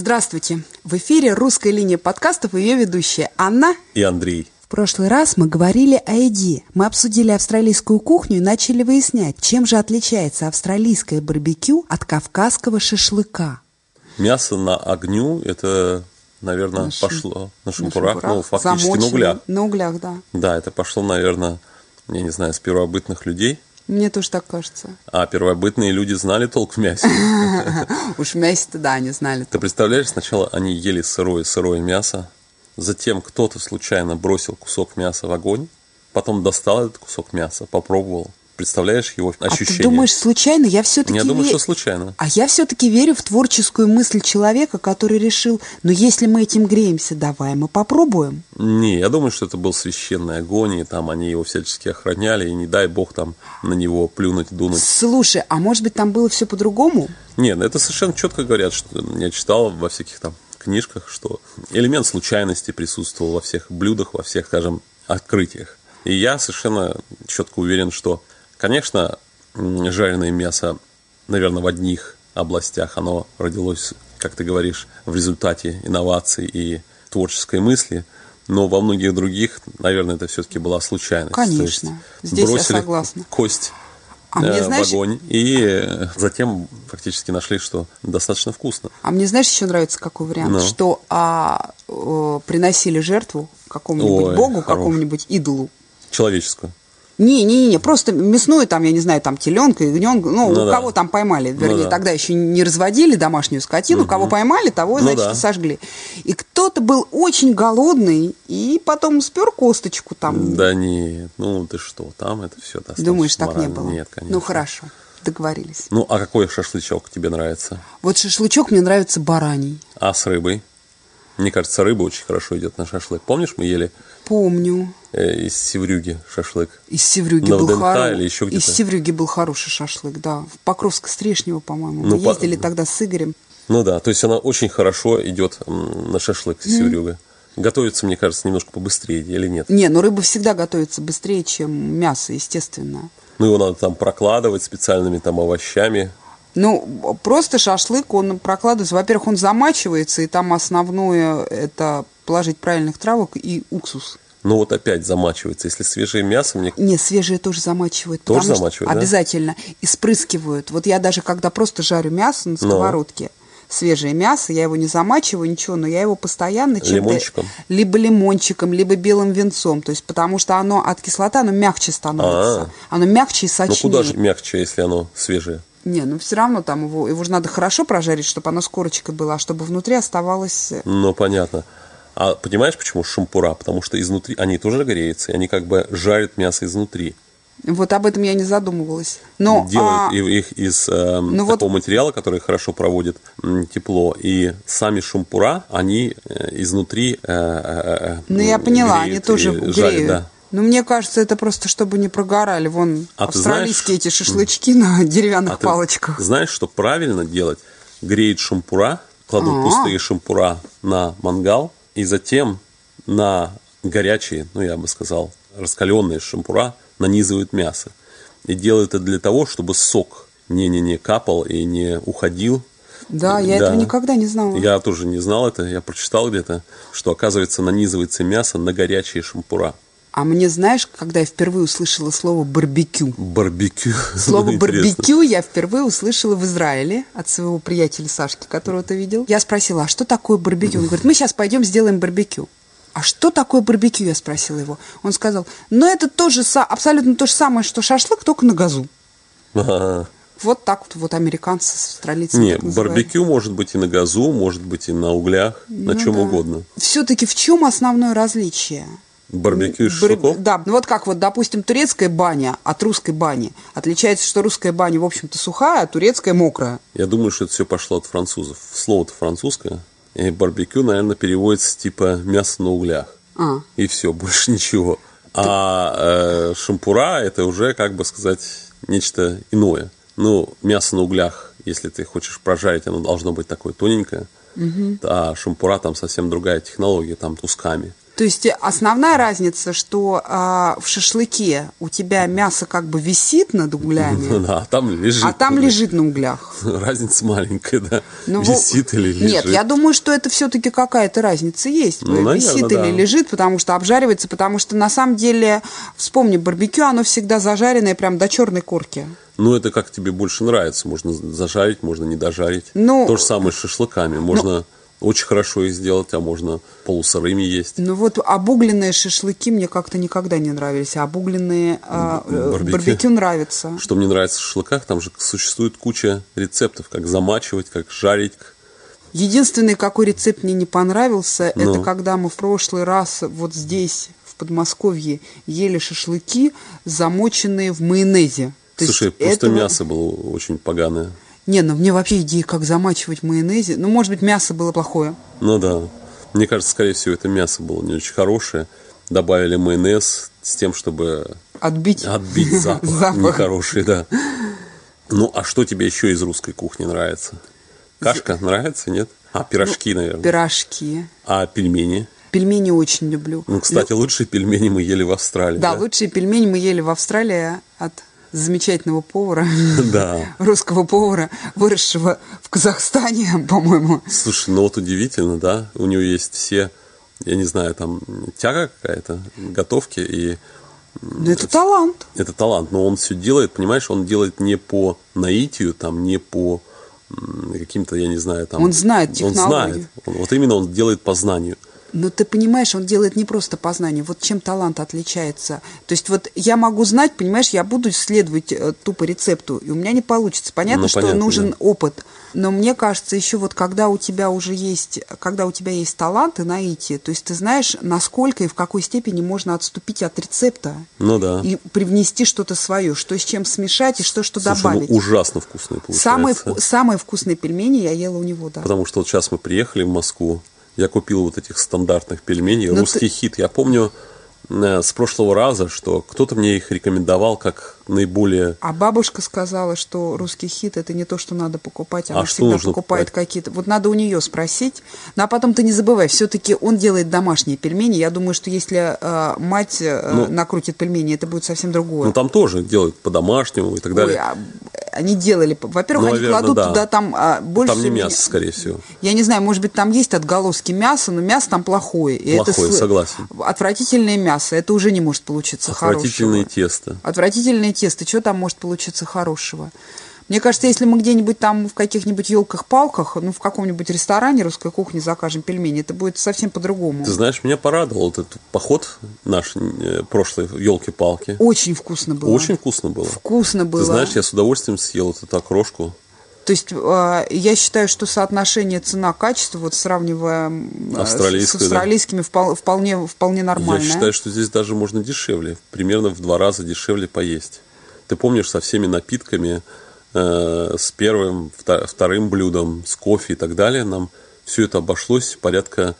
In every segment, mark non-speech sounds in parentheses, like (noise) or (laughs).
Здравствуйте! В эфире «Русская линия подкастов» и ее ведущая Анна. и Андрей. В прошлый раз мы говорили о еде. Мы обсудили австралийскую кухню и начали выяснять, чем же отличается австралийское барбекю от кавказского шашлыка. Мясо на огню – это, наверное, На шим- пошло на На шампурах, ну, шампурах, фактически на замоченный. углях. На углях, да. Да, это пошло, наверное, я не знаю, с первобытных людей. Мне тоже так кажется. (sniffs) А первобытные люди знали толк (laughs) в мясе. Уж мясо-то, да, они знали. Ты представляешь, сначала они ели сырое-сырое мясо, затем кто-то случайно бросил кусок мяса в огонь, потом достал этот кусок мяса, попробовал. Представляешь его ощущение? А ты думаешь, случайно? Я все-таки Я думаю, что случайно. А я все-таки верю в творческую мысль человека, который решил, ну если мы этим греемся, давай мы попробуем. Не, я думаю, что это был священный огонь, и там они его всячески охраняли, и не дай бог там на него плюнуть, дунуть. Слушай, а может быть там было все по-другому? Нет, ну это совершенно четко говорят, что я читал во всяких там книжках, что элемент случайности присутствовал во всех блюдах, во всех, скажем, открытиях. И я совершенно четко уверен, что, конечно, м, жареное мясо, наверное, в одних областях оно родилось, как ты говоришь, в результате инноваций и творческой мысли, но во многих других, наверное, это все-таки была случайность. То есть Конечно. Здесь я бросили согласна. кость А мне, э, знаешь- в огонь. И э, затем фактически нашли, что достаточно вкусно. А мне знаешь, еще нравится какой вариант, Ну. что а, э, приносили жертву какому-нибудь Ой, богу, хорош. какому-нибудь идолу. Человеческую. Не, не, не, просто мясную там, я не знаю, там теленка, ягненка, ну, Ну у да. кого там поймали, вернее, да. тогда еще не разводили домашнюю скотину, кого поймали, того, Ну значит, да. и сожгли. И кто-то был очень голодный и потом спер косточку там. Да не, ну ты что, там это все достаточно. Думаешь, так не морально. было? Нет, конечно. Ну, хорошо, договорились. Ну, а какой шашлычок тебе нравится? Вот шашлычок мне нравится бараний. А с рыбой? Мне кажется, рыба очень хорошо идет на шашлык. Помнишь, мы ели Помню. э, из севрюги шашлык? Из Севрюги На был ВДНХ хоро- или еще где-то? Из Севрюги был хороший шашлык, да. В Покровско-Стрешнево, по-моему. Ну, Мы по- ездили тогда с Игорем. Ну да, то есть она очень хорошо идет м, на шашлык с севрюга. Готовится, мне кажется, немножко побыстрее или нет? Не, ну рыба всегда готовится быстрее, чем мясо, естественно. Ну его надо там прокладывать специальными там овощами. Ну, просто шашлык, он прокладывается. Во-первых, он замачивается, и там основное это положить правильных травок и уксус. Но Ну, вот опять замачивается. Если свежее мясо, мне ну, Не, свежие тоже замачивают. Тоже потому что- замачивают, да? Обязательно. И спрыскивают. Вот я даже, когда просто жарю мясо Ну. на сковородке, свежее мясо, я его не замачиваю, ничего, но я его постоянно чем-то... Лимончиком? Либо лимончиком, либо белым венцом. То есть, потому что оно от кислоты, оно мягче становится. А. Оно мягче и ну сочнее. куда же мягче, если оно свежее? Не, ну все равно там его, его же надо хорошо прожарить, чтобы оно с корочкой было, а чтобы внутри оставалось... э, Ну понятно. А понимаешь, почему шампура? Потому что изнутри они тоже греются, и они как бы жарят мясо изнутри. Вот об этом я не задумывалась. Но, Делают а, и- их из эм, Ну вот- такого материала, который хорошо проводит м, тепло. И сами шампура, они э, изнутри... э, э, э, ну, я м, поняла, они греют тоже и греют. жарят, да. Но мне кажется, это просто чтобы не прогорали. Вон А ты знаешь- австралийские эти шашлычки на (laughs) деревянных А ты палочках. знаешь, что правильно делать? Греют шампура, кладут А. пустые шампура на мангал, и затем на горячие, ну я бы сказал, раскаленные шампура нанизывают мясо. И делают это для того, чтобы сок не-не-не капал и не уходил. Да, я этого никогда не знала. Я тоже не знал это, я прочитал где-то, что, оказывается, нанизывается мясо на горячие шампура. А мне, знаешь, когда я впервые услышала слово (laughs) «барбекю», Барбекю. Слово (laughs) Интересно. барбекю я впервые услышала в Израиле от своего приятеля Сашки, которого ты видел. Я спросила, а что такое барбекю? Он говорит, мы сейчас пойдем сделаем барбекю. А что такое барбекю? Я спросила его. Он сказал, ну это тоже абсолютно то же самое, что шашлык, только на газу. Ага. Вот так вот, вот американцы с австралийцами. Не, барбекю может быть и на газу, может быть и на углях, Ну на чем угодно. Все-таки в чем основное различие? Барбекю и Бар- шашлыков? Да, ну вот как вот, допустим, турецкая баня от русской бани. Отличается, что русская баня, в общем-то, сухая, а турецкая мокрая. Я думаю, что это все пошло от французов. Слово-то французское. И барбекю, наверное, переводится типа мясо на углях. А. И все, (laughs) больше ничего. А э, шампура это уже, как бы сказать, нечто иное. Ну, мясо на углях, если ты хочешь прожарить, оно должно быть такое тоненькое. А шампура там совсем другая технология, там тусками. (laughs) То есть основная разница, что а, в шашлыке у тебя мясо как бы висит над углями, Да, а там лежит. а там да. лежит на углях. (laughs) Разница маленькая, да. Ну, Висит или лежит. Нет, я думаю, что это все-таки какая-то разница есть. Ну, наверно, висит да. или лежит, потому что обжаривается, потому что на самом деле, вспомни, барбекю, оно всегда зажаренное прям до черной корки. Ну, это как тебе больше нравится. Можно зажарить, можно не дожарить. Ну- То же самое с шашлыками. Можно очень хорошо их сделать, а можно полусырыми есть. Ну вот обугленные шашлыки мне как-то никогда не нравились, а обугленные а, э, Барбекю. барбекю нравится. Что мне нравится в шашлыках, там же существует куча рецептов, как замачивать, как жарить. Единственный, какой рецепт мне не понравился, это Ну. когда мы в прошлый раз вот здесь, в Подмосковье, ели шашлыки, замоченные в майонезе. То есть Слушай, просто этого- мясо было очень поганое. Не, ну мне вообще идея, как замачивать в майонезе. Ну, может быть, мясо было плохое. Ну да. Мне кажется, скорее всего, это мясо было не очень хорошее. Добавили майонез с тем, чтобы Отбить. отбить (laughs) запах, Запах. нехороший, да. Ну, а что тебе еще из русской кухни нравится? Кашка нравится, нет? А, пирожки, Ну, наверное. Пирожки. А пельмени? Пельмени очень люблю. Ну, кстати, лучшие пельмени мы ели в Австралии. Да, лучшие пельмени мы ели в Австралии от замечательного повара, (laughs) (laughs) Да. русского повара, выросшего в Казахстане, (laughs) по-моему. Слушай, ну вот удивительно, да? У него есть все, я не знаю, там тяга какая-то, готовки, и Но Ну, это талант. Ну, это талант. Но он все делает, понимаешь, он делает не по наитию, там, не по м, каким-то, я не знаю, там... Он знает Он технологию. знает. Он- вот именно он делает по знанию. Но ты понимаешь, он делает не просто по знанию. Вот чем талант отличается. То есть вот я могу знать, понимаешь, я буду следовать э, тупо рецепту, и у меня не получится. Понятно, Ну, что понятно, нужен да. опыт. Но мне кажется, еще вот когда у тебя уже есть, когда у тебя есть талант и наитие, то есть ты знаешь, насколько и в какой степени можно отступить от рецепта Ну да. и привнести что-то свое, что с чем смешать и что что Слушай, ну, добавить. ужасно вкусные получается. самые, вку- самые вкусные пельмени я ела у него, да. Потому что вот сейчас мы приехали в Москву, я купил вот этих стандартных пельменей, Но русский Ну, ты- хит. Я помню э, с прошлого раза, что кто-то мне их рекомендовал как наиболее... А бабушка сказала, что русский хит это не то, что надо покупать, она А что всегда нужно покупает покупать? какие-то. Вот надо у нее спросить. Ну а потом ты не забывай, все-таки он делает домашние пельмени. Я думаю, что если э, мать э, Ну. накрутит пельмени, это будет совсем другое. Ну, там тоже делают по-домашнему и так Ой, далее. а, они делали, по- во-первых, Ну, они наверно, кладут да. туда там а, больше. там не меня- мясо, скорее всего. Я не знаю, может быть, там есть отголоски мяса, но мясо там плохое. И это Плохое, сл- согласен. Отвратительное мясо, это уже не может получиться Отвратительное хорошего. тесто. Отвратительное тесто, что там может получиться хорошего? Мне кажется, если мы где-нибудь там в каких-нибудь елках-палках, ну, в каком-нибудь ресторане русской кухни закажем пельмени, это будет совсем по-другому. Ты знаешь, меня порадовал этот поход наш э, прошлый, елки-палки. Очень вкусно было. Очень вкусно было. вкусно было. Ты знаешь, я с удовольствием съел вот эту окрошку. То есть э, я считаю, что соотношение цена-качество, вот сравнивая м, э, с Австралийскую, да. австралийскими, впол- вполне, вполне нормально. Я считаю, что здесь даже можно дешевле, примерно в два раза дешевле поесть. Ты помнишь со всеми напитками, э, с первым, вто- вторым блюдом, с кофе и так далее, нам все это обошлось порядка,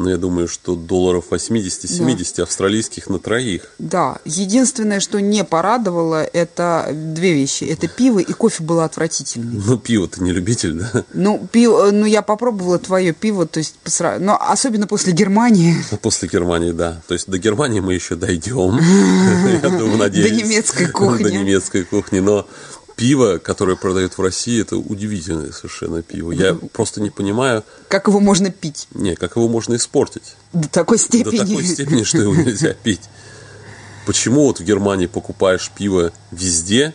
ну, я думаю, что долларов 80-70 австралийских на троих. Да, единственное, что не порадовало, это две вещи. Это пиво и кофе было отвратительный. Ну, пиво ты не любитель, да? Ну, пиво, ну, я попробовала твое пиво, то есть, по сра- но особенно после Германии, (laughs) (laughs) После Германии, да. То есть до Германии мы (laughs) еще дойдем. Я думаю, надеюсь. немецкой кухни. До немецкой кухни. Но пиво, которое продают в России, это удивительное совершенно пиво. Я Ну. просто не понимаю, как его можно пить не, как его (laughs) можно испортить до такой степени. до такой степени, что (laughs) его нельзя пить. Почему вот в Германии покупаешь пиво везде,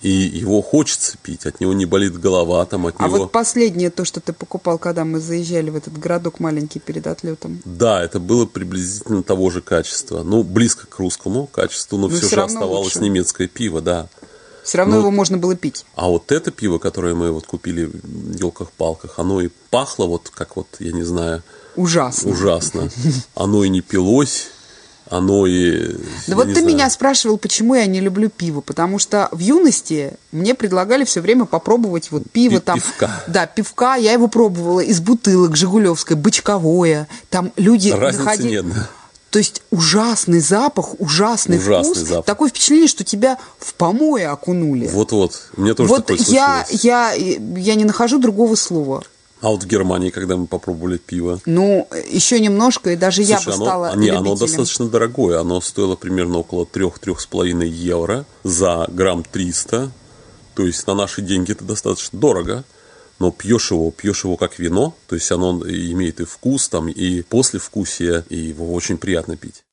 и его хочется пить, от него не болит голова, там от А него... вот последнее то, что ты покупал, когда мы заезжали в этот городок маленький перед отлетом. Да, это было приблизительно того же качества. Ну, близко к русскому качеству, но, все, всё же равно оставалось лучше. немецкое пиво, да. Все равно Ну, его можно было пить. А вот это пиво, которое мы вот купили в елках-палках, оно и пахло вот как вот, я не знаю, Ужасно. (laughs) ужасно. Оно и не пилось, оно и... Да я вот не ты знаю. меня спрашивал, почему я не люблю пиво, потому что в юности мне предлагали все время попробовать вот пиво Пи- там. пивка. Да, пивка, я его пробовала из бутылок Жигулевской, бычковое. Там люди Разницы заходили- нет, да. То есть ужасный запах, ужасный, Ужасный вкус. запах. Такое впечатление, что тебя в помое окунули. Вот-вот, мне тоже Вот такое я, случилось. я, я не нахожу другого слова. А вот в Германии, когда мы попробовали пиво, Ну, еще немножко, и даже я бы Слушай, оно- а стала не, любителем. оно достаточно дорогое. Оно стоило примерно около 3-3,5 евро за грамм 300. То есть на наши деньги это достаточно дорого. Но пьешь его, пьешь его как вино. То есть оно имеет и вкус, там, и послевкусие, и его очень приятно пить.